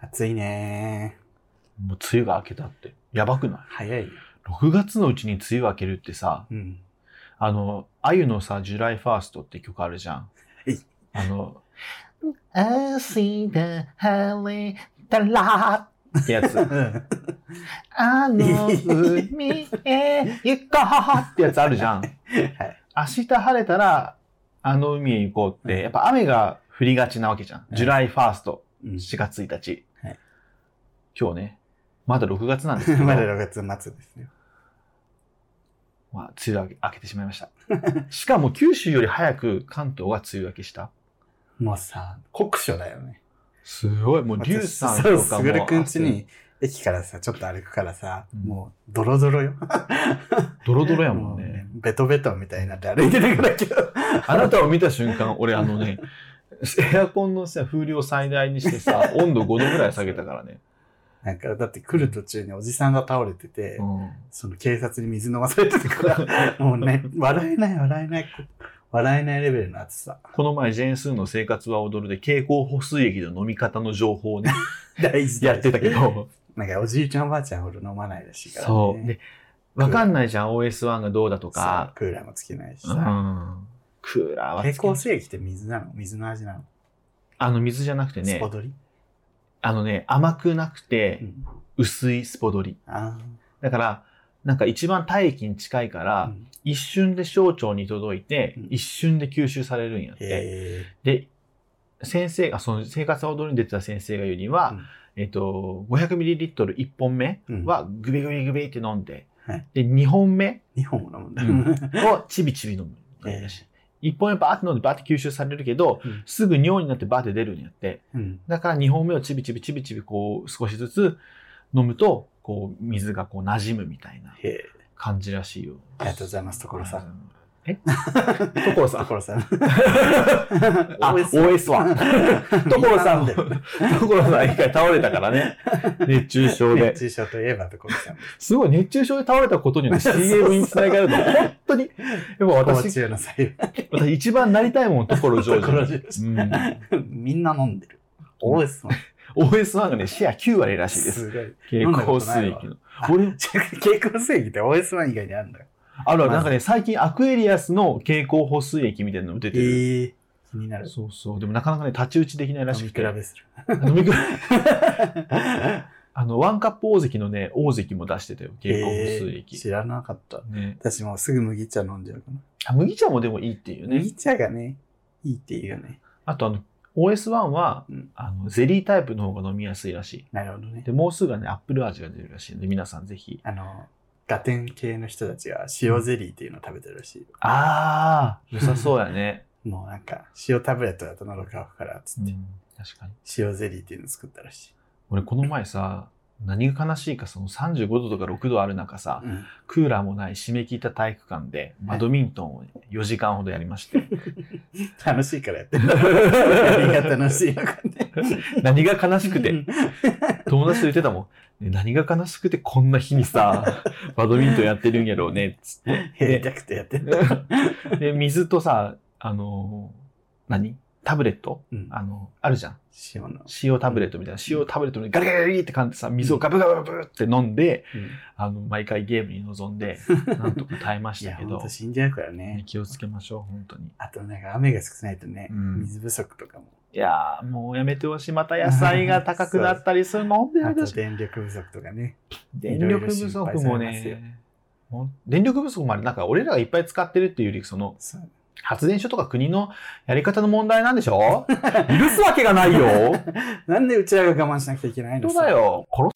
暑いねもう梅雨が明けたって。やばくない早い。 ?6 月のうちに梅雨明けるってさ、うん。あの、あゆのさ、ジュライファーストって曲あるじゃんい。あの、明日晴れたらってやつ。あの海へ行こうってやつあるじゃん。はい。明日晴れたら、あの海へ行こうって、やっぱ雨が降りがちなわけじゃん。うんジュライファースト、うん4月1日。はい今日ね、まだ6月なんですけ ど、ままだあ、 6月末ですね。梅雨明けてしまいました。 しかも九州より早く関東が梅雨明けした。もうさ、酷暑だよね。すごい、もう龍さんそうとかすも。ぐるくんちに、駅からさ、ちょっと歩くからさ、うんもう、ドロドロよ。ドロドロやもんね。ベトベトみたいになって歩いてたから今 日。あなたを見た瞬間、俺あのね、 エアコンのさ、風量最大にしてさ、 温度5度ぐらい下げたからね。なんか、だって来る途中におじさんが倒れてて、うん その警察に水飲まされてたから、もうね、笑えない笑えない、笑えないレベルの暑 さ。この前、ジェーンスーの生活は踊るで、蛍光補水液の飲み方の情報を ね、大事だよやってたけ。ど、なんかおじいちゃんおばあちゃんほど飲まないらしいから、ね。そう。で、わかんないじゃん、OS1 がどうだとそうか。クーラーもつけないしうさ。ん。クーラーは蛍つけ光精液って水なの水の味なの、あの、水じゃなくてスねポ、ドリあのね、甘くなくうて、ん。薄いスポドリ。あだから、なんか一番体液に近いかあ。ら、うん一瞬で小腸に届いてうん、一瞬で吸収されるんやって。へで、先生が、その生活踊りに出てた先生が言うには、うんえっと、500ml1 本目うんはグビグビグビって飲んで、はいで、2本目え。2本も飲むんだ。う をちびちび飲む。え1本目バーって飲んでバーって吸収されるけど、うんすぐ尿になってバーって出るんやって。うん。だから2本目をちびちびちびちびこう少しずつ飲むと、こう水がこう馴染むみたいなへえ。感じらしいよ。ありがとうございます、所さん。ん。 え所さん。所さん。あ、OS は。所さん、 で。所さん一回倒れたから ね。熱中症で熱。中症といえば所さん。すごい、熱中症で倒れたことによって CM につなが るの。本当に。でも高私、中の最私一番なりたいもん、所ジ ョ所ージョジ。うん。後。みんな飲んでる。OS も。 OS1 がね、シェア9割らしいですす。ごい。蛍光水液の。俺、蛍光正義って OS1 以外にあるんだよ。あるある、なんかね、最近アクエリアスの蛍光補水液みたいなのも出てる。ええ。気になる。そうそう。でもなかなかね、太刀打ちできないら飲しみく比て。べする。飲み比べ。 あの、ワンカップ大関のね、大関も出してたよ。蛍光補水 えー液。知らなかった。ね。私もうすぐ麦茶飲んじゃうかな。あ麦茶もでもいいっていうね麦。茶がね、いいっていうよね。あとあの、OS1 は、うんあの、ゼリータイプの方が飲みやすいらしなるほどい。ねで、。もうすぐね、アップル味が出るらしいんで、皆さんぜひ。あの、ガテン系の人たちが塩ゼリーっていうのを食べてるらしいよ。あー、良さそうやね。もうなんか、塩タブレットだと喉乾くから、つ うって、ん、確かに。塩ゼリーっていうのを作ったらしい。俺、この前さ、何が悲しいか、その35度とか6度ある中さ、うんクーラーもない締め切った体育館で、バドミントンをね4時間ほどやりまして。楽しいから やってる。何が楽しいのかね。何が悲 しくて、友達と言ってたもん。ね何が悲しくてこんな日 にさ、バドミントンやってるんやろうね、つって。やりたくてやってる。 で、水とさ、あのー何タブレットうんあの、あるじゃん。塩の。塩タブレットみたいな。塩タブレットにガリガリガリって噛んでさ、水をガブガブガブって飲んで、うんあの、毎回ゲームに臨んで、なんとか耐えまいしや、たけほんどと、死んじゃうからねね。気をつけましょう、本当に。あとなんか雨が少ないとね、うん水不足とかも。いやー、もうやめてほしい。また野菜が高くなったりするもんだよ、あと私 電力不足とかね。電力不足もいろいろ心配されますよね、ほん電力不足もあれ、なんか俺らがいっぱい使ってるっていうより、そのそう発電所とか国のやり方の問題なんでしょ 許すわけがないよなんでうちらが我慢しなきゃいけないの本当だ。よ殺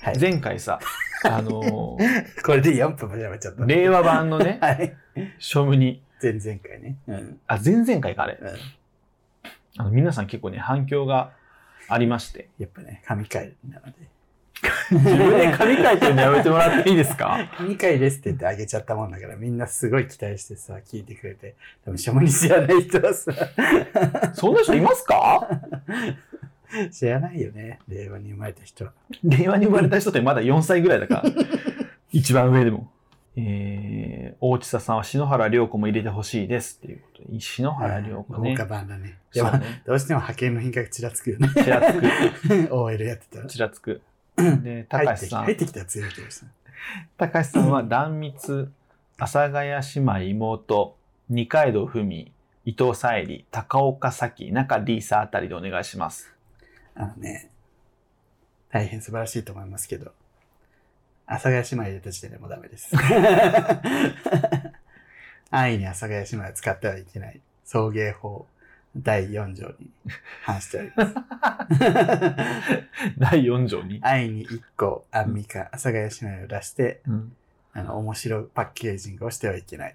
す、はい前回さ、あのーこれで4分も喋っちゃった。令和版のね、はい。庶務に、前々回ね。うん。あ、前々回かあれ、うんあの皆さん結構ね、反響がありまして、やっぱね、神回なので。 自分で紙書いてるのやめてもらっていいですか2回ですって言ってあげちゃったもんだから、みんなすごい期待してさ、聞いてくれて。でも、しょもに知らない人はさ、 そんな人いますか知らないよね。令和に生まれた人は。令和に生まれた人ってまだ4歳ぐらいだから、一番上でも。えー、大地ささんは篠原涼子も入れてほしいですっていうことで。篠原涼子ね豪華。版だね。そうやっぱね。どうしても派遣の品格ちらつくよね。 ちらつ OL やってたく、ら。ちらつく。で、高入って橋きたさ入っん。てきたら強いけどさ。高橋さんは断密、阿佐ヶ谷姉妹妹、二階堂ふみ、伊藤沙莉、高岡早紀、中 D さあたりでお願い します。あのね、大変素晴らしいと思いますけど、阿佐ヶ谷姉妹入れた時点でもうダメです。安易に阿佐ヶ谷姉妹を使ってはいけない送迎法第4条に反しております。第4条に。安易に1個アンミカ、阿佐ヶ谷姉妹を出して、うんあの、面白いパッケージングをしてはいけない。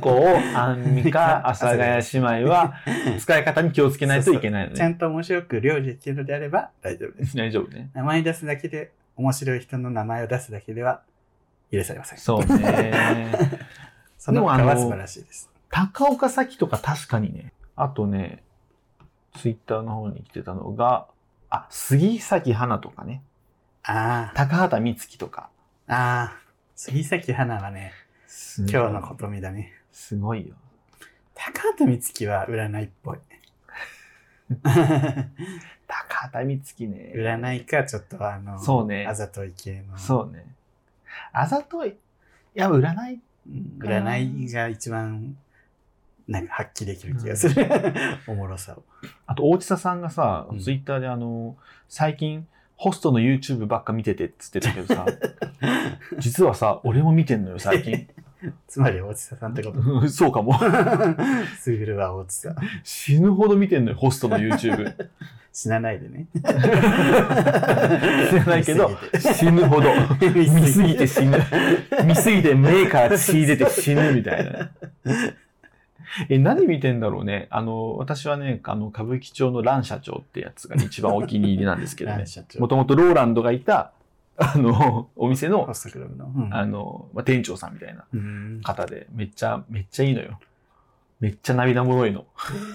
こう、アンミカ、阿佐ヶ谷姉妹は、使い方に気をつけないといけないのちゃね。んと面白く料理できるのであれば大丈夫です。大丈夫ね。名前出すだけで、面白い人の名前を出すだけでは許されません。そうね。その他でもあはの素晴らしいです。 高岡早紀とか確かにね。あとね、ツイッターの方に来てたのが、あ、杉咲花とかね。あ高畑充希とか。あ、ああ、杉咲花はね、今日のことみだね。すごいよ。高畑充希は占いっ ぽい。高畑充希ね。占いか、ちょっとあの、そうねあ。ざとい系の。そうね。あざとい。いや、占い。うん占いが一番、なんか発揮できる気がする。 おもろさを。あと、大地佐さんがさうん、ツイッターであの、最近、ホストの YouTube ばっか見ててっつってたけ どさ、実はさ、俺も見てんのよ、最近。つまり大地さん ってこと。うんそうかも。すぐるは大地さん。死ぬほど見てんのよ、ホス トの YouTube。死なないで ね。死なないけど見すぎて死ぬほど。見 見すぎて死ぬ。見すぎて目から血出て死ぬみたいな。え、何見てんだろうね。あの、私はね、あの、歌舞伎町の蘭社長ってやつがね、一番お気に入りなんですけどラねン。社長もともとローランドがいた、あの、お店ホの、ストクラブの。うんあの、まあ、店長さんみたいなうん方で、めっちゃ、めっちゃいいのよ。めっちゃ涙もろいの。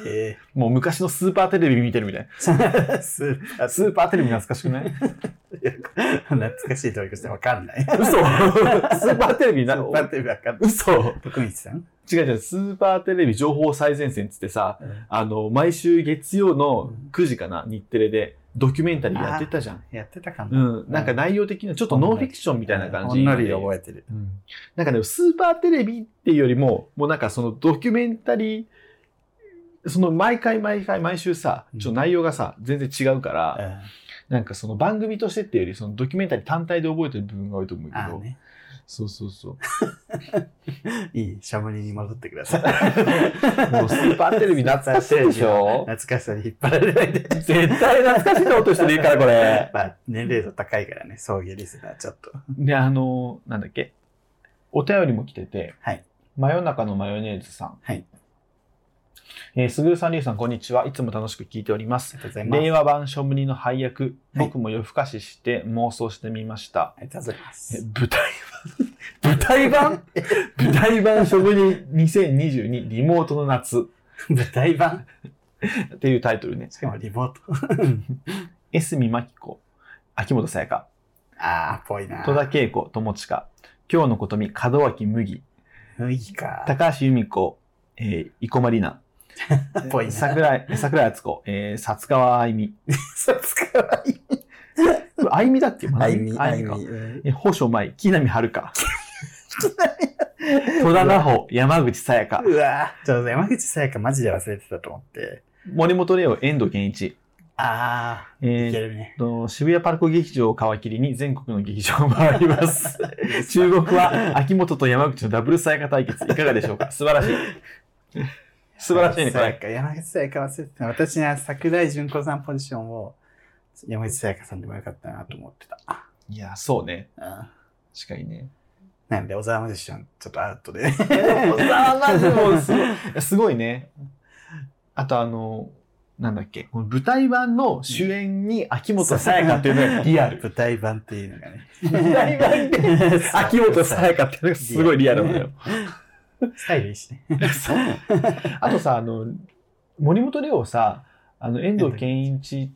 えもう昔のスーパーテレビ見てるみたいースーパな。ースーパーテレビ懐かしくない懐かしいトリックしてわかんない。 嘘スーパーテレビスな、ーパーテレビわかんない。嘘徳光さん違う違う、スーパーテレビ情報最前線っつってさ、うんあの、毎週月曜うのん9時かな、日テレでドキュメンタリーやってたじゃん。やってたかうな。ん。なんか内容的にはちょっとノンフィクションみたいな感じ。ほんのり覚えてる。うんなんかね、スーパーテレビっていうよりも、もうなんかそのドキュメンタリー、その毎回毎回毎週さうん、ちょっと内容がさ、全然違うから、なんかその番組としてっていうより、そのドキュメンタリー単体で覚えてる部分が多いと思うけああど、ね。そうそう そう。いい、シャムリに戻ってください。もうスーパーテレビ懐かしいでしょ懐かしさに引っ張られない で。絶対懐かしいってことしてるから、これ。まあ、年齢度高いからね、送迎リスナー、ちょっと。で、あの、なんだっけ。お便りも来てて、はい真夜中のマヨネーズさん。はいえーすぐるさん、りゅうさん、こんにちは。いつも楽しく聞いております。ありがとうございます。令和版ショムニの配役、はい僕も夜更かしして妄想してみました。ありがとうございま えす。舞台版舞台版舞台版ショムニ2022リモートの夏舞台版っていうタイトルね。しかもリモート。江住真紀子、秋元さやか、ああ、ぽいな。戸田恵子、友近、今日のことみ、門脇麦、いい か。高橋由美子、えー、生駒里奈、 ぽいな。桜井、桜井敦子、えー、薩川あゆみ。さつかわいい。これあゆみだっけあいみ、ああいゆみかみ。。うんえー、保所舞、木南遥か。戸田奈穂、山口さやか、うわぁ、ちょっと山口さやかマジで忘れてたと思って。森本レオ、遠藤健一。あえあ、いけーっるね。と、渋谷パルコ劇場を皮切りに全国の劇場を回り ます。注目は秋元と山口のダブルさやか対決。いかがでしょうか素晴らしい。素晴らしいね、こ山口されや。か山口さやか忘れてた。私は桜井純子さんポジションを山口さやかさんでもよかったなと思ってた。いや、そうね。うん確かにね。なんで、小沢マジシャン、ちょっとアウトで。小沢マジもすごい、すごいね。あとあの、なんだっけ、この舞台版の主演に秋元さやかっていうのがリ アル。舞台版っていうのがね。舞台版で 秋元さやかっていうのがすごいリアルなのよ。スタイルいいしね。あとさ、あの、森本レオさ、あの、遠藤健一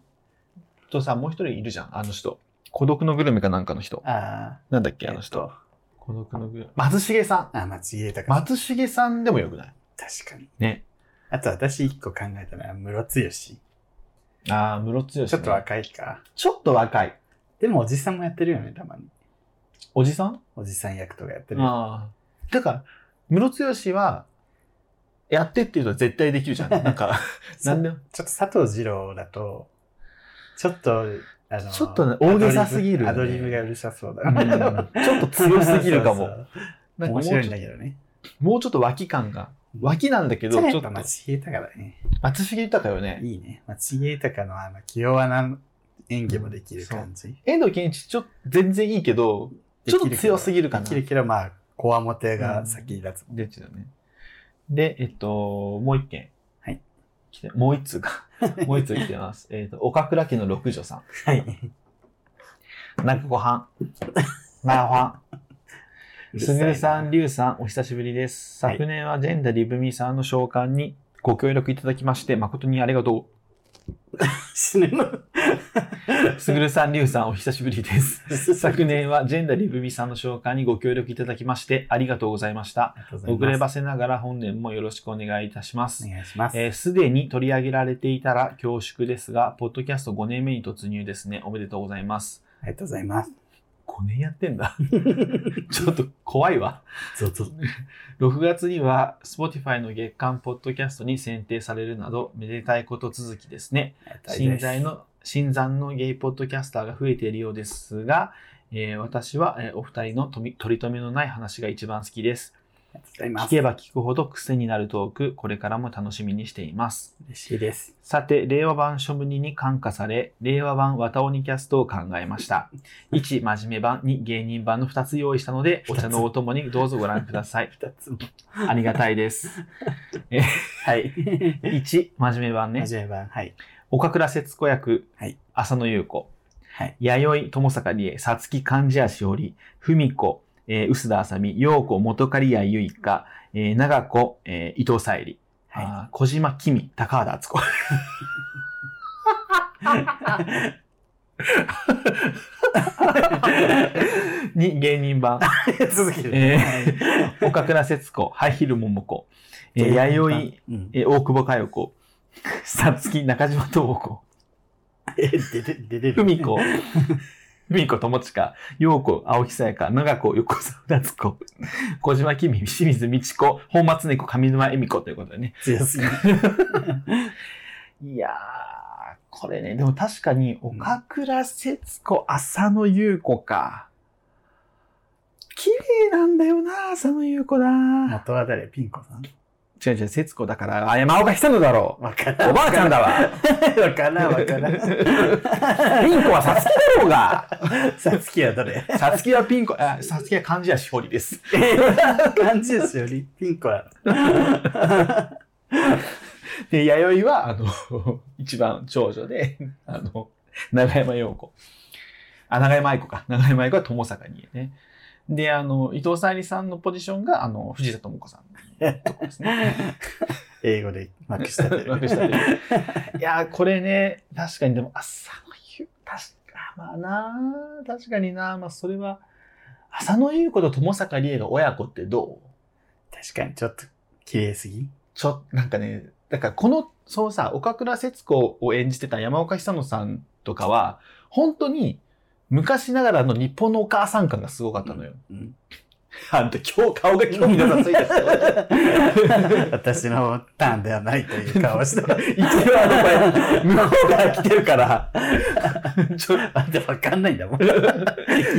とさ、もう一人いるじゃん、あの人。孤独のグルメかなんかの人。あなんだっけ、あ、あの人。えっと。孤独のグルメ。松重さあ、松重ん。隆。松重さんでもよくない確かに。ね。あと私一個考えたのは、ムロツヨシ。ああ、ムロツヨシちねょっと若いか。ちょっと若い。でもおじさんもやってるよね、たまに。おじさんおじさん役とかやってる。ああ。だから、ムロツヨシは、やってっていうと絶対できるじゃん。なんか、 そなんでもちょっと佐藤二郎だと、ちょっと、あの、ちょっとね大げさすぎるよねアドリブアドリブがうるさそうだうな。んちょっと強すぎるかそもうそ。うなんか 面もうち白ょいんっだとけどね。もうちょっと脇感が。脇なんだけじど、ゃあちやょっっぱと、松重豊だね。松重豊よね。いいね。松重豊のあの、清和な演技もできる感じ。遠藤健一、ちょっと全然いいけど、ちょっと強すぎるかなできるけど、まあ、こわもてが先に立つ。出てたね。で、えっと、もう一件。はい来て。もう一通 か。もう一通来てます。えっと、岡倉家の六女さはい。ん。中子 はん。なごはん。すぐるさん、りゅうさん、お久しぶりです。はい昨年はジェンダリブミさんの召喚にご協力いただきまして、誠にありがと死ぬの。 う。すぐるさん、りゅうさん、お久しぶりです。昨年はジェンダリブミさんの召喚にご協力いただきまして、ありがとうございました。遅ればす。せながら本年もよろしくお願いいたしますお。願いします。えーすでに取り上げられていたら恐縮ですが、ポッドキャスト5年目に突入ですね。おめでとうございます。ありがとうございます。 5年やってんだ。ちょっと怖いわ。ゾゾ6月には Spotify の月間ポッドキャストに選定されるなど、めでたいこと続きですね。新在の、新参のゲイポッドキャスターが増えているようですが、えー私は、えーお二人のとみ取り留めのない話が一番好きです。ありがとうございま聞す。けば聞くほど癖になるトーク、これからも楽しみにしています。嬉しいです。さて、令和版ショムニに感化され、令和版ワタオニキャストを考えま した。1、真面目版、2、芸人版の2つ用意したので、お茶のお供にどうぞご覧く ださい。二つも。ありがたいです。はい。 1、真面目版ね真。面目版。はい。岡倉節子役、はい浅野優子、はい弥生友坂理恵、さつき貫地谷しおり、文子、えー、薄田あさみ、陽子元刈谷ゆいか、えー、長子、えー伊藤沙莉、はいあー小島きみ、高畑敦子。に芸人版、 続けて。えはいー、岡倉節子、ハイヒル桃子、え芸ー、人版弥うん生、えー大久保佳代子、さつき中島智子、え、出て、出てる。ふみこ、ふみこ友近、ようこ、青木さやか、長子、横澤夏子、小島きみ、清水美智子、本松猫、上沼恵美子ということでね。強 すぎる。いやー、これね、でも確かに、岡倉節子、浅野優子か。綺麗なんだよな、浅野優子な。元は誰ピンコさん違う違う、節子だから、あ、山岡久乃だろう。わからん。おばあちゃんだわ。 わからん、わからん。 ピンコはさつきだろうが。さつきは誰さつきはピンコ、あ、さつきは漢字やしほりです。感じですより、ピンコは。 で、弥生は、あの、 一番長女で、 あの、長山洋子。あ、長山愛子か。長山愛子は友坂にね。で、あの、伊藤沙莉さんのポジションが、あの、藤田智子さんのとこですね。英語でまくしたて る。幕下でいやー、これね、確かにでも、浅野優、確か、まあなー、確かになー、まあそれは、浅野優子と友坂理恵が親子ってどう確かに、ちょっと、綺麗すぎ。ちょ、なんかね、だからこの、そのさ、岡倉節子を演じてた山岡久乃さんとかは、本当に昔ながらの日本のお母さん感がすごかったのよ。うんあんた今日顔が興味なさすぎた人。 私のターンではないという顔してま一応あの、これ、向こうから来てるから。ちょす。でわかんないんだもん。聞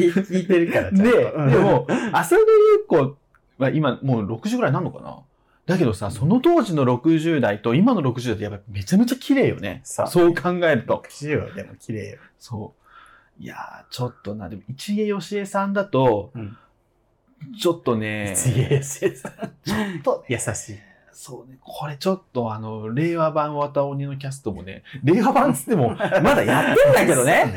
い聞いてるから、ちゃんと。で、うんで、も、浅野ゆう子は今もう60ぐらいなんのかなだけどさ、その当時の60代と今の60代ってやっぱめちゃめちゃ綺麗よね。そうそう考えると。口よ、でも綺麗よ。そう。いやー、ちょっとな、でも、市毛義恵さんだと、うんちょっとね、すげえ、優しいと優しい。そうね、これちょょっとあの、令和版綿鬼のキャストもね、令和版っつっても、まだやってんだけどね。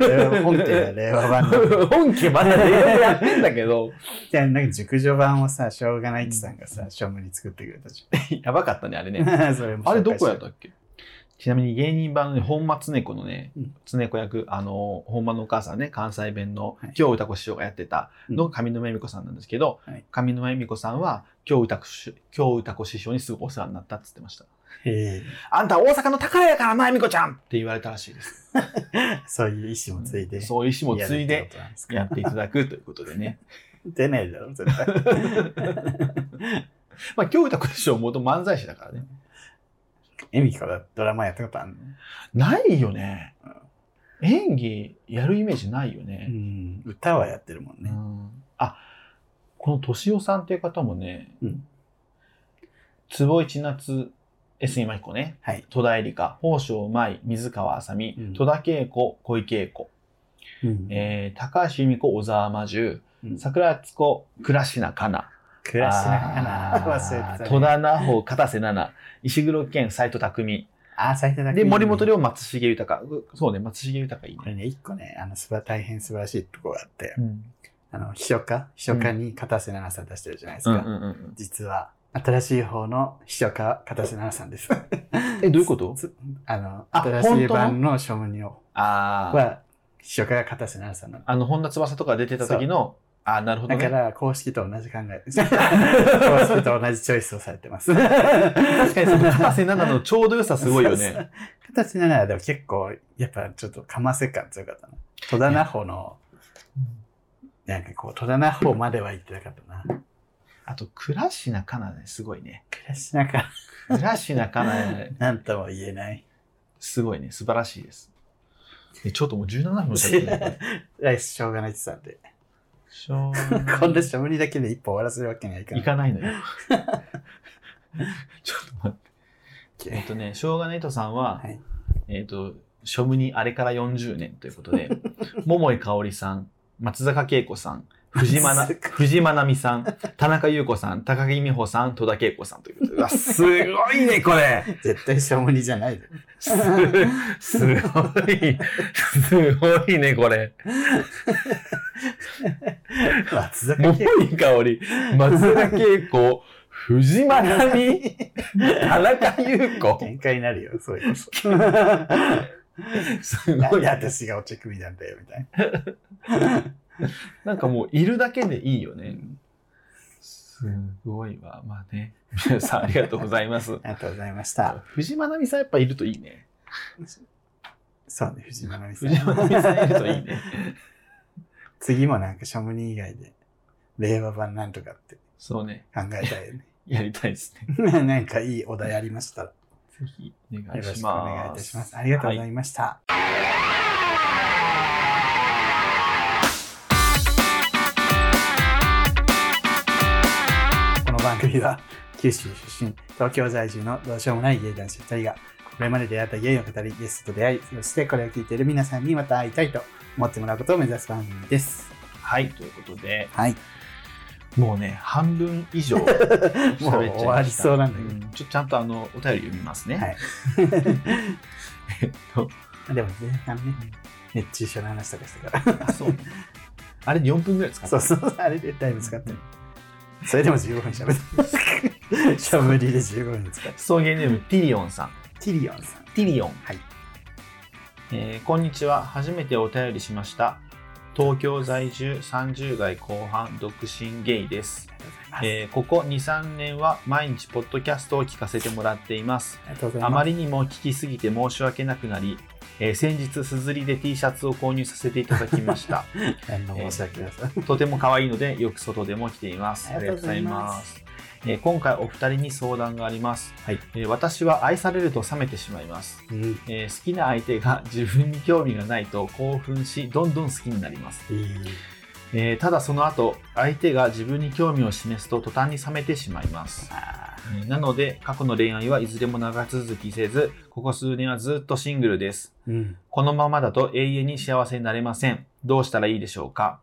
そうね。令和本家は令和版だもん。 本家まだ令和版やってんだけ ど、じゃあ、なんか熟女版をさ、しょうがないきさんがさ、ショムに作ってくれたじやばかったね、あれね。 ゃん。それも紹介してあれどこやったっけちなみに芸人版の、ね、本間恒子のねうん、恒子役、あの、本間のお母さんね、関西弁のはい、今日歌子師匠がやってたうの上沼恵美子さんなんですけどはい、上沼恵美子さんは、今日歌子師、今日歌子師匠にすごくお世話になったって言ってました。へえあんた大阪の宝やからな、恵美子ちゃんって言われたらしいです。そういう意思もついで。そういう意思もついやるっでてことなんですか。やっていただくということで ね。出ないだろ、絶対。まあ、今日歌子師匠元漫才師だからね。エミからドラマやったことあるのないよね。演技やるイメージないようね。ん。歌はやってるもんうね。んあ、この敏夫さんっていう方もね、うん坪井千夏、S 井真彦ね、はい戸田恵梨香、宝生舞、水川あさみ、うん戸田恵子、小池恵子、うんえー高橋由美子、小沢真珠、うん桜井敦子、倉科香奈。暮らしながら忘れてたね。戸田奈穂、片瀬奈々、石黒賢、斎藤匠。あー、最初だけ。で、森本涼、松重豊。そうね、松重豊いいこね。れね、一個ね、あの、すば、大変素晴らしいとこがあって、うん。あの、秘書家秘書家に片瀬奈々さん出してるじゃないですうんうか。んうん実は、新しい方の秘書家、片瀬奈々さんです。え、どういうこと つあの、あ新しい本当の版の庶務人をああ。は、秘書家が片瀬奈々さんなの。あの、本田翼とか出てた時の、ああ、なるほどだかね。ら、公式と同じ考え です。公式と同じチョイスをされてます。確確かにその片瀬奈々のちょうど良さすごいよ そうそね。う。片瀬奈々はでも結構、やっぱちょっとかませ感強かったな。戸田奈穂の、なんかこう、戸田奈穂までは行ってなかったな。あと、倉科かなね、すごいね。暮らしなんか、倉科かなね、なんとも言えない。すごいね、素晴らしいです。えちょっともう17分も喋ってる。来週しょうがないって言ってしょたんで。 こんなうしゃぶりだけで一歩終わらせるわけにはいかない。いかないの よ。ちょっと待って。えっけとね、しょうがねとさんは、はいえっと、庶務にあれから40年ということで、 桃井かおりさん、松坂慶子さん、藤間な松坂藤間奈美さん、田中優子さん、高木美穂さん、戸田恵子さんということで、うわすごいね、これ絶対しょぶりじゃないで。す、すごい、すごいね、これ。松坂桃慶井かおり、松坂慶子、藤間奈美、田中優子子。喧嘩になるよ、そういうこと。 すなごんいで。私がお茶組なんだよ、みたいなんかもういるだけでいいよね。な。すごいわ。まあね。皆さんありがとうございます。ありがとうございました。 藤まなみさんやっぱいるといいね。そうね、藤間奈美藤さん。まなみさんいるといい ね。次もなんかシャムニー以外で、令和版なんとかってそうね。考えたいよね。 やりたいですね。なんかいいお題ありましたら、よ ぜひお願ろいししくおます。願いいたします。ありがとうござはいました。この番組は、九州出身、東京在住のどうしようもない芸男子2人が、これまで出会った芸を語り、ゲストと出会い、そしてこれを聞いている皆さんにまた会いたいと思ってもらうことを目指す番組です。はい、ということで、はい。もうね、半分以 上もう喋っちゃいました終わりそうなんだけどちょっとちゃんとあの、お便り読みますね。はいえっと、でも前半ね、熱中症の話とかしたから。あ、そう。あれ4分ぐら い使ったそうそう、あれでだいぶ使ってる。それでも15分喋って。しゃぶりで15分使って。 送迎ネーム、ティリオンさん。ティリオンさん。ティリオン。はいえーこんにちは。初めてお便りしました。東京在住30代後半独身ゲイです。ありえーここ2、3年は毎日ポッドキャストを聞かせてもらっています。がとうございます。あまり。りにも聞きすぎて申し訳なくなり、えー先日すずりで T シャツを購入させていただきました。何の申し訳なさ。とても可愛いのでよく外でも着ています。ありがとうございます。えー今回お二人に相談があります、はいえー私は愛されると冷めてしまいます。うん。えー好きな相手が 自分に興味がないと興奮しどんどん好きになります、いい。えーただその後相手が自分に興味を示すと途端に冷めてしまいます、あえーなので過去の恋愛はいずれも長続きせずここ数年はずっとシングルですーうん。このままだと永遠に幸せになれませんどうしたらいいでしょうか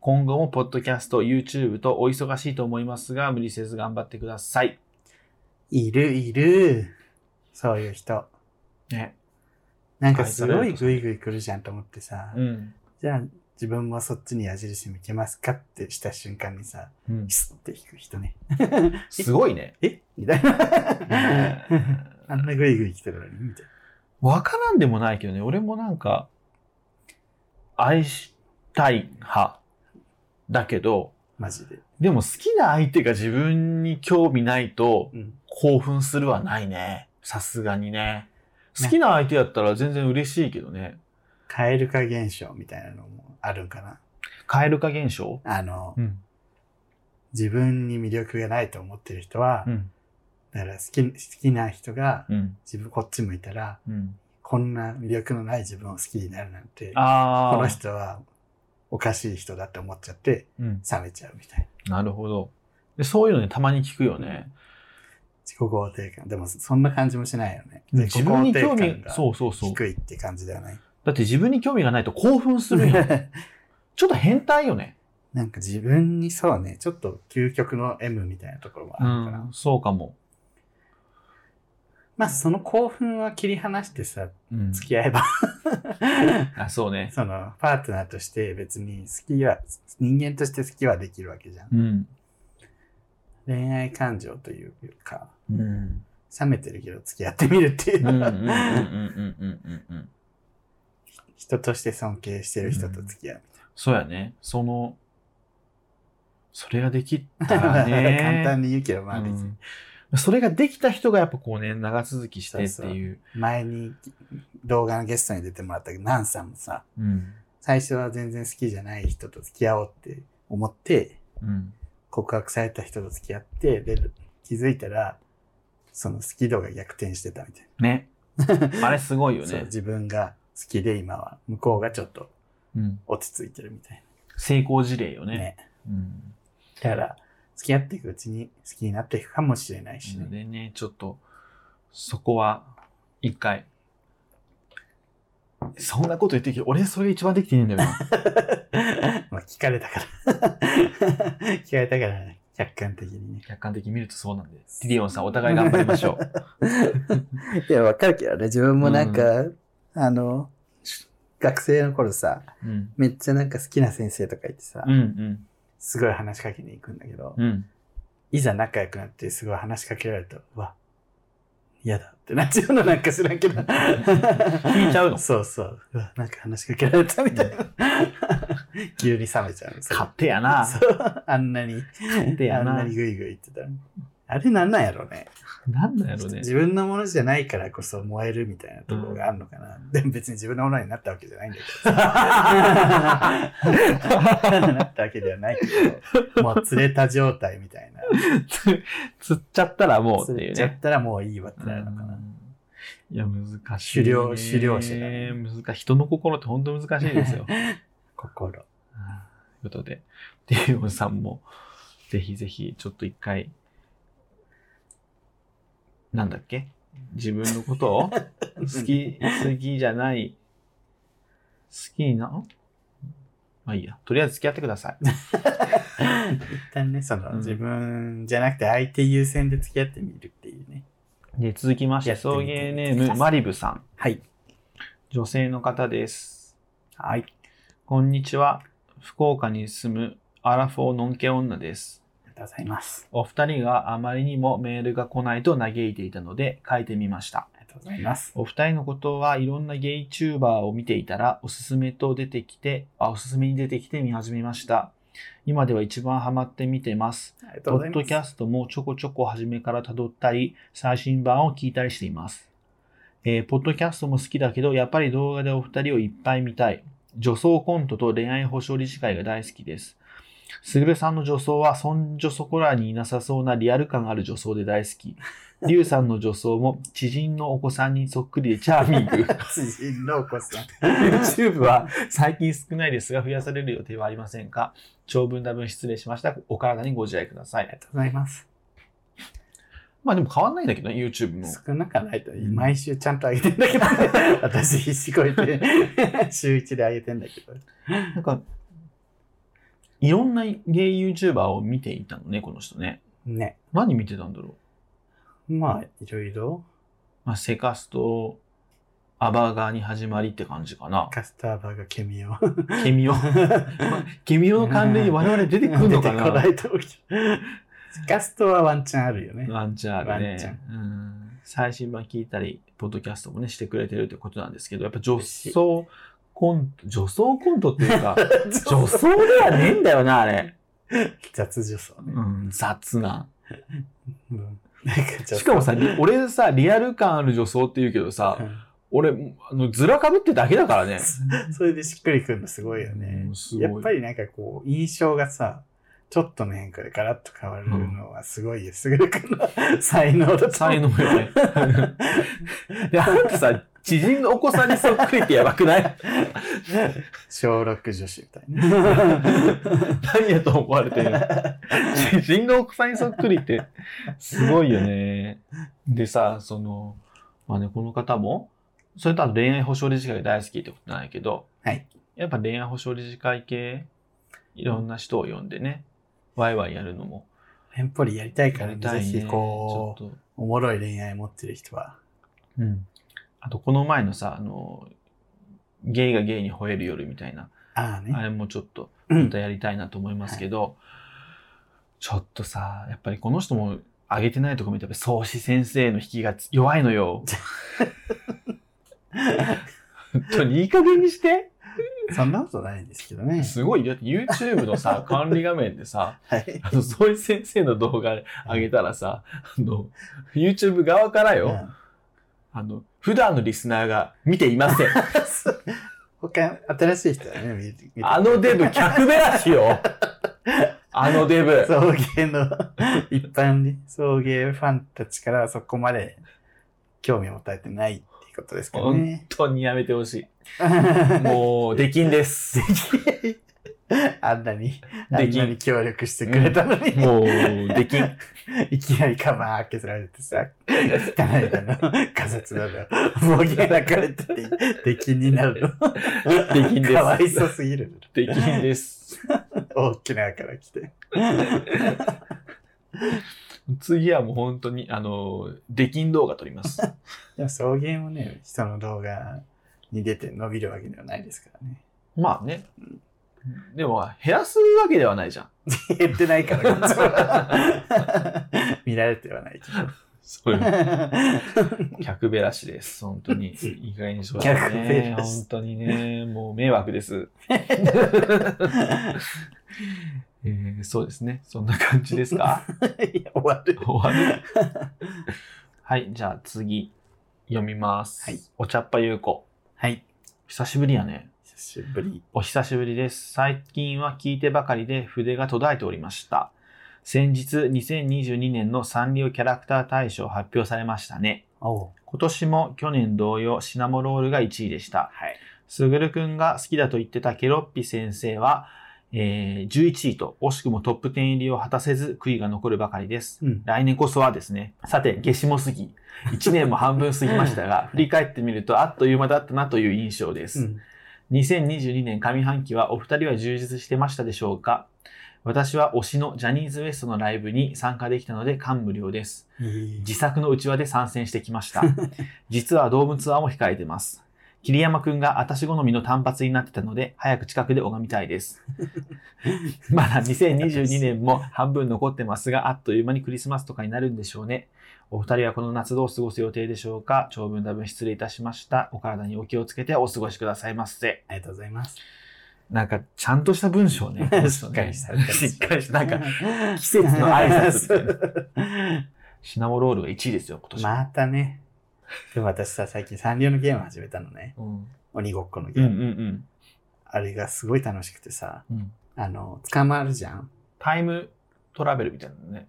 今後もポッドキャスト YouTube とお忙しいと思いますが無理せず頑張ってください、いる、いる。そういう人。ねなんかすごいグイグイ来るじゃんと思ってさう。んじゃあ、自分もそっちに矢印向けますかってした瞬間にさ、うんヒ、スって引く人ね。すごいね えみたいな。あんなグイグイ来てるのにみたいわからんでもないけどね、俺もなんか、愛したい派だけど、マジで。でも好きな相手が自分に興味ないとうん。興奮するはないね。さすがにね。好きな相手やったら全然嬉しいけどね。蛙化現象みたいなのもあるんかな。蛙化現象あの、うん。自分に魅力がないと思ってる人は、うん。だから好き好きな人がうん。自分こっち向いたら、うん。こんな魅力のない自分を好きになるなんて、ああ。この人はおかしい人だって思っちゃって、うん。冷めちゃうみたいな。なるほど。でそういうのね、たまに聞くよね。自己肯定感。でも、そんな感じもしないよね。自分に興自己肯定味感、がそうそうそう。低いって感じではない。だって自分に興味がないと興奮する よ。ちょっと変態よね。 なんか自分にそうね、ちょっと究極の M みたいなところもあるから。そうかも。まあ、その興奮は切り離してさ、うん。付き合えば。 あ、そうね。その、パートナーとして別に好きは、人間として好きはできるわけじゃん。うん。恋愛感情というか、うん。うん冷めてるけど付き合ってみるっていうう。んうんうんうんうんうん。人として尊敬してる人と付き合う。そうやね。その、それができたら ね。簡単に言うけど、まあ別に。うんそれができた人がやっぱこうね、長続きしてってそうそいう。前に動画のゲストに出てもらったけど、ナンさんもさ、うん。最初は全然好きじゃない人と付き合おうって思って、うん。告白された人と付き合って、で、気づいたら、その好き度が逆転してたみたい ね。あれすごいな。よそうね。自分が好きで今は、向こうがちょっとうん。落ち着いてるみたい成功事例よな。ね。ね。うん。だから、付き合っていくうちに好きになっていくかもしれないしのね。でね、ちょっと、そこは、一回。そんなこと言ってきて、俺それが一番できてねえんだよな。 まあ聞かれたから。 聞かれたから、ね、客観的にね。客観的に見るとそうなんで。ティディオンさん、お互い頑張りましょう。 いや、わかるけどね、自分もなんか、あの、学生の頃さ、 うん。めっちゃなんか好きな先生とかいてさ、うんうん。すごい話しかけに行くんだけど、うん。いざ仲良くなってすごい話しかけられると、うわ、嫌だってなっちゃうのなんか知らんけど。聞いちゃう のそうそう。うわ、なんか話しかけられたみたいな。 急に冷めちゃうの。それ勝手やな。そうあんなに、手やあんななにグイグイ言ってたのに。あれなんなんやろうね。なんだろうね。自分のものじゃないからこそ燃えるみたいなところがあるのかな。でも別に自分のものになったわけじゃないんだけ どさ。なったわけではないけど、もう釣れた状態みたいな。 つ釣っちゃったらもうって釣いれうちゃねっ。たらもういいわってなるのかな。いや、難しい、狩猟狩猟師だねね。難しい。人の心って本当難しいですよ。 心。ということで、 ディオンさんも、ぜひぜひ、ちょっと一回、なんだっけ自分のこ とを好き、好きじゃない、好きな、まあいいや、とりあえず付き合ってくださ い。一旦ね、その、うん自分じゃなくて相手優先で付き合ってみるっていうね。で、続きまして、やってみ送て迎ネーム、マリブさん。はい。女性の方です。はい。こんにちは。福岡に住むアラフォーのんけ女です。ありがとうございます。お二人があまりにもメールが来ないと嘆いていたので書いてみました。ありがとうございます。お二人のことはいろんなゲイチューバーを見ていたらおすすめと出てきて、あ、おすすめに出てきて見始めました。今では一番ハマって見てます。ありがとうポございッまドす。キャストもちょこちょこ初めから辿ったり、最新版を聞いたりしています。えーポッドキャストも好きだけど、やっぱり動画でお二人をいっぱい見たい。女装コントと恋愛保証理事会が大好きです。すぐるさんの女装はそんじょそこらにいなさそうなリアル感ある女装で大好き。りゅうさんの女装も知人のお子さんにそっくりでチャーミング。知人のお子さん。 YouTube は最近少ないですが増やされる予定はありませんか長文多分失礼しました。お体にご自愛ください。ありがとうございます。まあでも変わんないんだけどね、YouTube も。少なくはないと、ん毎週ちゃんと上げてんだけ ど、私必死こいて、週一で上げてんだけど。なんか、いろんなゲイ YouTuber を見ていたのね、この人ね。ね。何見てたんだろう。まあ、いろいろ、まあ、セカスト、アバガーに始まりって感じかな。カスターバーがケミを。ケミオ。ケミオの関連に我 々出てくるのか出てこなないと思うけど。カストはワンチャンあるよね。ワンチャンあるワンチャね。うん最新版聞いたり、ポッドキャストもね、してくれてるってことなんですけど、やっぱ女装コント、女装コントっていうか、 女装ではねえんだよな、あれ。雑女装ね。うん、雑な。うんなんかちょっとしかもさ、り俺さ、リアル感ある女装って言うけどさ、俺、あの、ずらかぶってだけ だからね。うんそれでしっくりくるのすごいよねうん。すごいやっぱりなんかこう、印象がさ、ちょっとの変化でガラッと変わるのはすごい優れくの才能だと思う 才能よね。で、あんたさ、知人のお子さんにそっくりってやばくない 小6女子みたいな。何やと思われてるの知人のお子さんにそっくりって、すごいよね。でさ、その、まあね、この方も、それとあと恋愛保証理事会が大好きってことなんやけど、はいやっぱ恋愛保証理事会系、いろんな人を呼んでね、ワイワイやるのも、テンポリ やりたいかやら、りね、たぜいね。ひちこょう、っと。おもろい恋愛持ってる人は。うん。あと、この前のさ、あの、ゲイがゲイに吠える夜みたいな、あああね。れもちょっと、うまんたやりたいなと思いますけど、ちょっとさ、やっぱりこの人も上げてないとこ見て、やっぱり創始先生の引きが弱い のよ。本当にいい加減にして。 そんなことないんですけどね。すごい、だって YouTube の さ、管理画面でさ、はい。あの、創始先生の動画上げたらさ、あの、YouTube 側からよ、うん あの、普段のリスナーが見ていません。他、新しい人はね、見て見てあのデブ、客ベラシ よ。あのデブ。送迎の一般に送迎ファンたちからはそこまで興味を持たれてないっていうことですけどね本。当にやめてほし い。もう、出禁です。あんなに、あでんきんなに協力してくれたのに、もう、出禁。 いきなりカバー開けられてさ、汚いだの、 仮説だの、暴言吐かれてて、出禁になるの。出禁ですかわいそうすぎる出禁です。の。沖縄から来て。次はもう本当に、あの、出禁動画撮ります。でも送迎もね、人の動画に出て伸びるわけではないですからね。まあね。でも、減らすわけではないじゃん。減ってないから、こっち は見られてはないけど。そういう、客べらしです。本当に。いい加減にしましょう客べね。らし本当にね、もう迷惑 です。えーそうですね。そんな感じですかいや終わる。終わる。 はい、じゃあ次、読みます。はいお茶っぱゆうこ。はい。久しぶりやね。久しぶり。お久しぶりです。最近は聞いてばかりで筆が途絶えておりました。先日2022年のサンリオキャラクター大賞発表されましたね。おう。今年も去年同様シナモロールが1位でした。はい。すぐるくんが好きだと言ってたケロッピ先生は、えー11位と惜しくもトップ10入りを果たせず悔いが残るばかりです。うん。来年こそはですね、さて、夏至も過ぎ、1年も半分過ぎましたが、振り返ってみるとあっという間だったなという印象です。うん2022年上半期はお二人は充実してましたでしょうか私は推しのジャニーズ WEST のライブに参加できたので感無量です。いい自作の内輪で参戦してきま した。実はドームツアーも控えてます。桐山くんが私好みの単発になってたので、早く近くで拝みたい です。まだ2022年も半分残ってますが、あっという間にクリスマスとかになるんでしょうね。お二人はこの夏どう過ごす予定でしょうか長文多分失礼いたしました。お体にお気をつけてお過ごしくださいませ。ありがとうございます。なんか、ちゃんとした文章 ね。しっかりしたしっかりした。なんか、季節の挨拶み拶シナモロールが1位ですよ、今年。またね。でも私さ、最近サンリオのゲーム始めたのね。うん、鬼ごっこのゲうーん、うム。んあれがすごい楽しくてさ、うん、うん。あの、捕まるじゃん。タイムトラベルみたいなのね。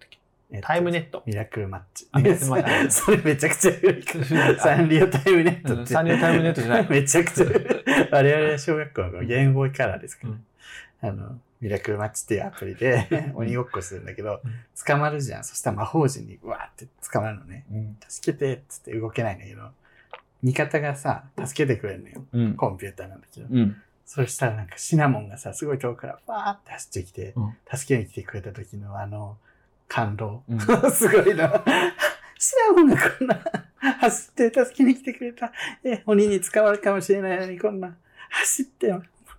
えっとタイムネット。ミラクルマッチあミラクルマッチそれめちゃくちゃ古いから。サンリオタイムネットうっんて。サンリオタイムネットじゃないめちゃくちゃ古い。我々は小学校のゲームボーイカラーですから、うんあの、ミラクルマッチっていうアプリで鬼ごっこするんだけどうん、捕まるじゃん。そしたら魔法陣にうわーって捕まるのね。うん、助けてっつって動けないんだけど、味方がさ、助けてくれるのよ。うん、コンピューターなんだけど。うん、そしたらなんかシナモンがさ、すごい遠くからわーって走ってきて、うん助けに来てくれた時のあの、感動。うん すごいな。シナモンがこんな、走って助けに来てくれた。え、鬼に捕まるかもしれないのにこんな、走って、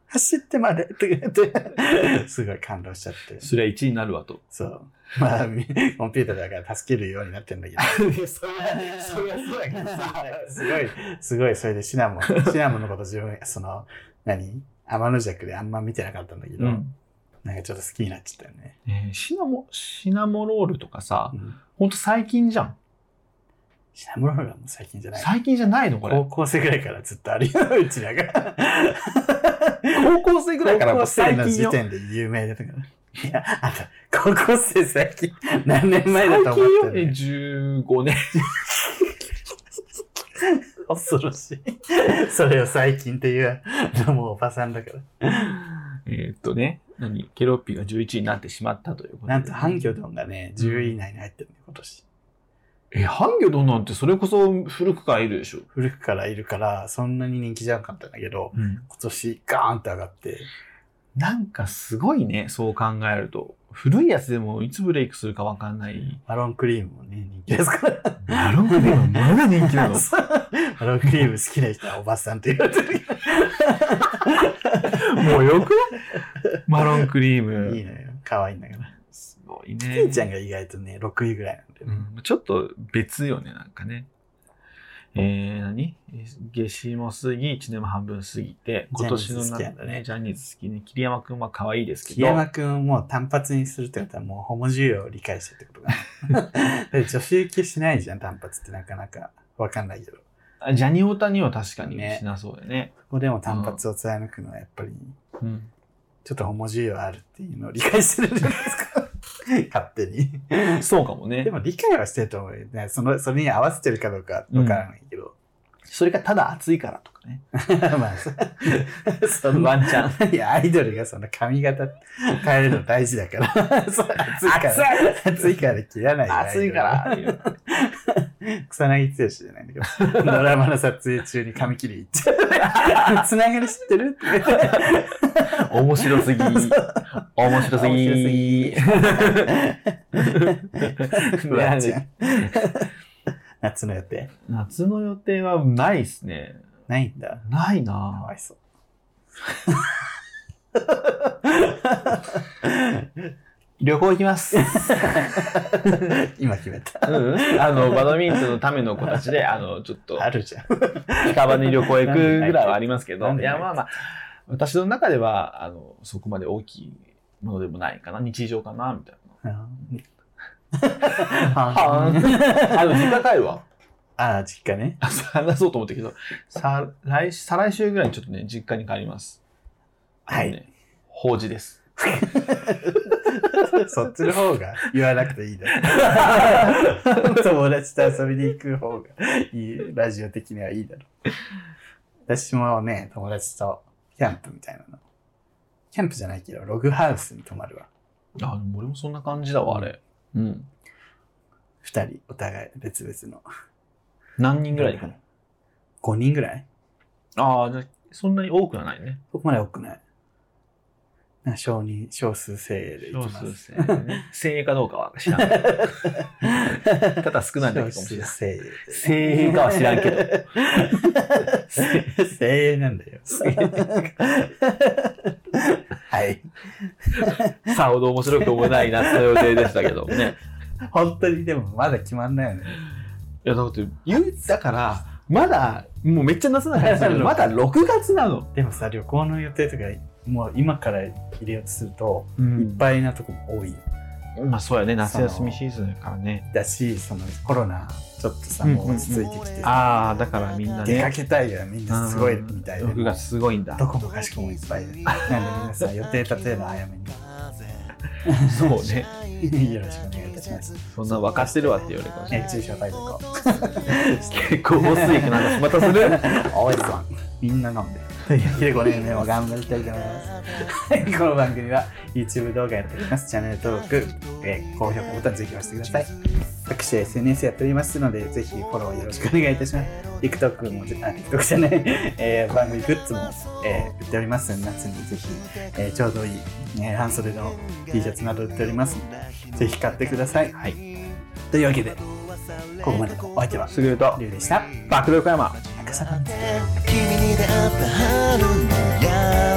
走ってまでとか言 って、すごい感動しちゃって。そりゃ1位になるわと。そう。まあ、みコンピューターだから助けるようになってんだけど。そりゃ、そりゃそうやけどさ すごい、すごい、それでシ ナモン、シナモンのこと自分、その、何天の弱であんま見てなかったんだけど、なんかちょっと好きになっちゃったよね。えーシナモ、シナモロールとかさう、んほんと最近じゃん。シナモロールはもう最近じゃない。最近じゃないのこれ。高校生ぐらいからずっとあるよ、うちらが。高校生ぐらいから 高も校生う最の近時よ。点で有名だったから。いや、あと、高校生最近、何年前だ最と近思よっ。てえる、ね、 15年。 恐ろしい。それを最近っていう、もうおばさんだから。えーっとね、何ケロッピーが11位になってしまったということでなんと、ハンギョドンがね、10位以内に入ってるね、今年。え、ハンギョドンなんてそれこそ古くからいるでしょ。古くからいるから、そんなに人気じゃなかったんだけど、今年ガーンって上がって、なんかすごいね、そう考えると。古いやつでもいつブレイクするかわかんない。マロンクリームもね、人気ですから。なるほど、まだ人気な の。そうマロンクリーム好きな人はおばさんって言われてるけもうよくないマロンクリーど。いム。いのよ。可愛いんだから。すごいケねイ。ちゃんが意外とね、6位ぐらいなんだよね。うん、ちょっと別よね、なんかね。えー、何え夏至も過ぎ、1年も半分過ぎて、今年のジャニーズ好きななんんかだねね、ジャニーズ好きね、桐山くんは可愛いですけ桐ど、山くんをもう単発にするってことはもうホモ需要を理解してってことかな。だって女子受けしないじゃん、単発ってなかなかわかんないけど。あジャニオタには確かにねしなそうだよね。ここでも単発を貫くのはやっぱり、うん、ちょっとホモ需要あるっていうのを理解してるんじゃない ですか。勝手に。そうかもね。でも理解はしてると思うよね。その、それに合わせてるかどうかわからないけど。それがただ暑いからとかね。 まあ、そそんなワンチャン。いや、アイドルがその髪型変えるの大事だから。 そう暑いから。暑いから切らないよ暑いか。アイらドルは草薙剛じゃないんだけ ど、ドラマの撮影中に髪切り行っちゃう。 つながり知ってるって面白 すぎ。面白すぎ。 言われちゃう。 夏の予定夏の予定はないっすね。ないんだ。ないかわないそう。旅行行きます。今決めた。うんあの、バドミントンのための子たちで、あの、ちょっと、ある じゃん。近場に旅行行くぐらいはありますけど、なんいでないや、まあまあ、私の中では、あの、そこまで大きいものでもないかな、日常かな、みたいはんな。あ、でも実家帰るわ。ああ、実家ね。あそう 話そうと思ったけど、さ、来、再来週ぐらいにちょっとね、実家に帰ります。はあのい。ね。法事です。 そっちの方が言わなくていいだ ろ。友達と遊びに行く方がいい、ラジオ的にはいいだろ。私もね、友達とキャンプみたいなの。キャンプじゃないけど、ログハウスに泊まるわ。あ、でも俺もそんな感じだわ、あれ。うん。二人、お互い別々の。何人ぐらいで行く ?5 人ぐらいのああ、じゃあそんなに多くはないね。そこまで多くない。な少人、少数精鋭で行きます。精鋭ね。精鋭かどうかは知らない。ただ少ないだけかもしれない。精鋭で。精鋭かは知らんけど。 精鋭なんだよ。はい。 さほど面白くもない夏の予定でしたけどもね。本当にでもまだ決まんないよね。いや、だって、唯一だから、まだ、もうめっちゃ夏な感じ だけど、まだ6月なの。でもさ、旅行の予定とか、もう今から入れようとすると、ういっん。ぱいなとこも多いまあそうやね、夏休みシーズンだからね。だし、そのコロナ、ちょっとさ、うんもう落ち着いてきて、ああ、だからみんな出かね。けたいがみんなすごいみたいで、 6月すごいんだど。こもかしこもいっぱいで。なんで皆さん予定立てるの早めそうね。に よろしくお願いいたします。そんな沸かしてるわって言われるかもしれない。熱中症対策を。 結構防水区の話またする おいさん、みんな飲んで。15年目も頑張りたいと思います。 はいこの番組は YouTube 動画やっております。チャンネル登録、えー高評価ボタンぜひ押してください。各種 SNS やっておりますので、ぜひフォローよろしくお願いいたします。TikTok も、あ、TikTok じゃない、 えー番組グッズも、えー売っておりますので。夏にぜひ、えーちょうどいい、ね、半袖の T シャツなど売っておりますので、ぜひ買ってください。はいというわけで、ここまでのお相手は、すぐるとりゅうでした。爆力山赤坂君に出会った春の柔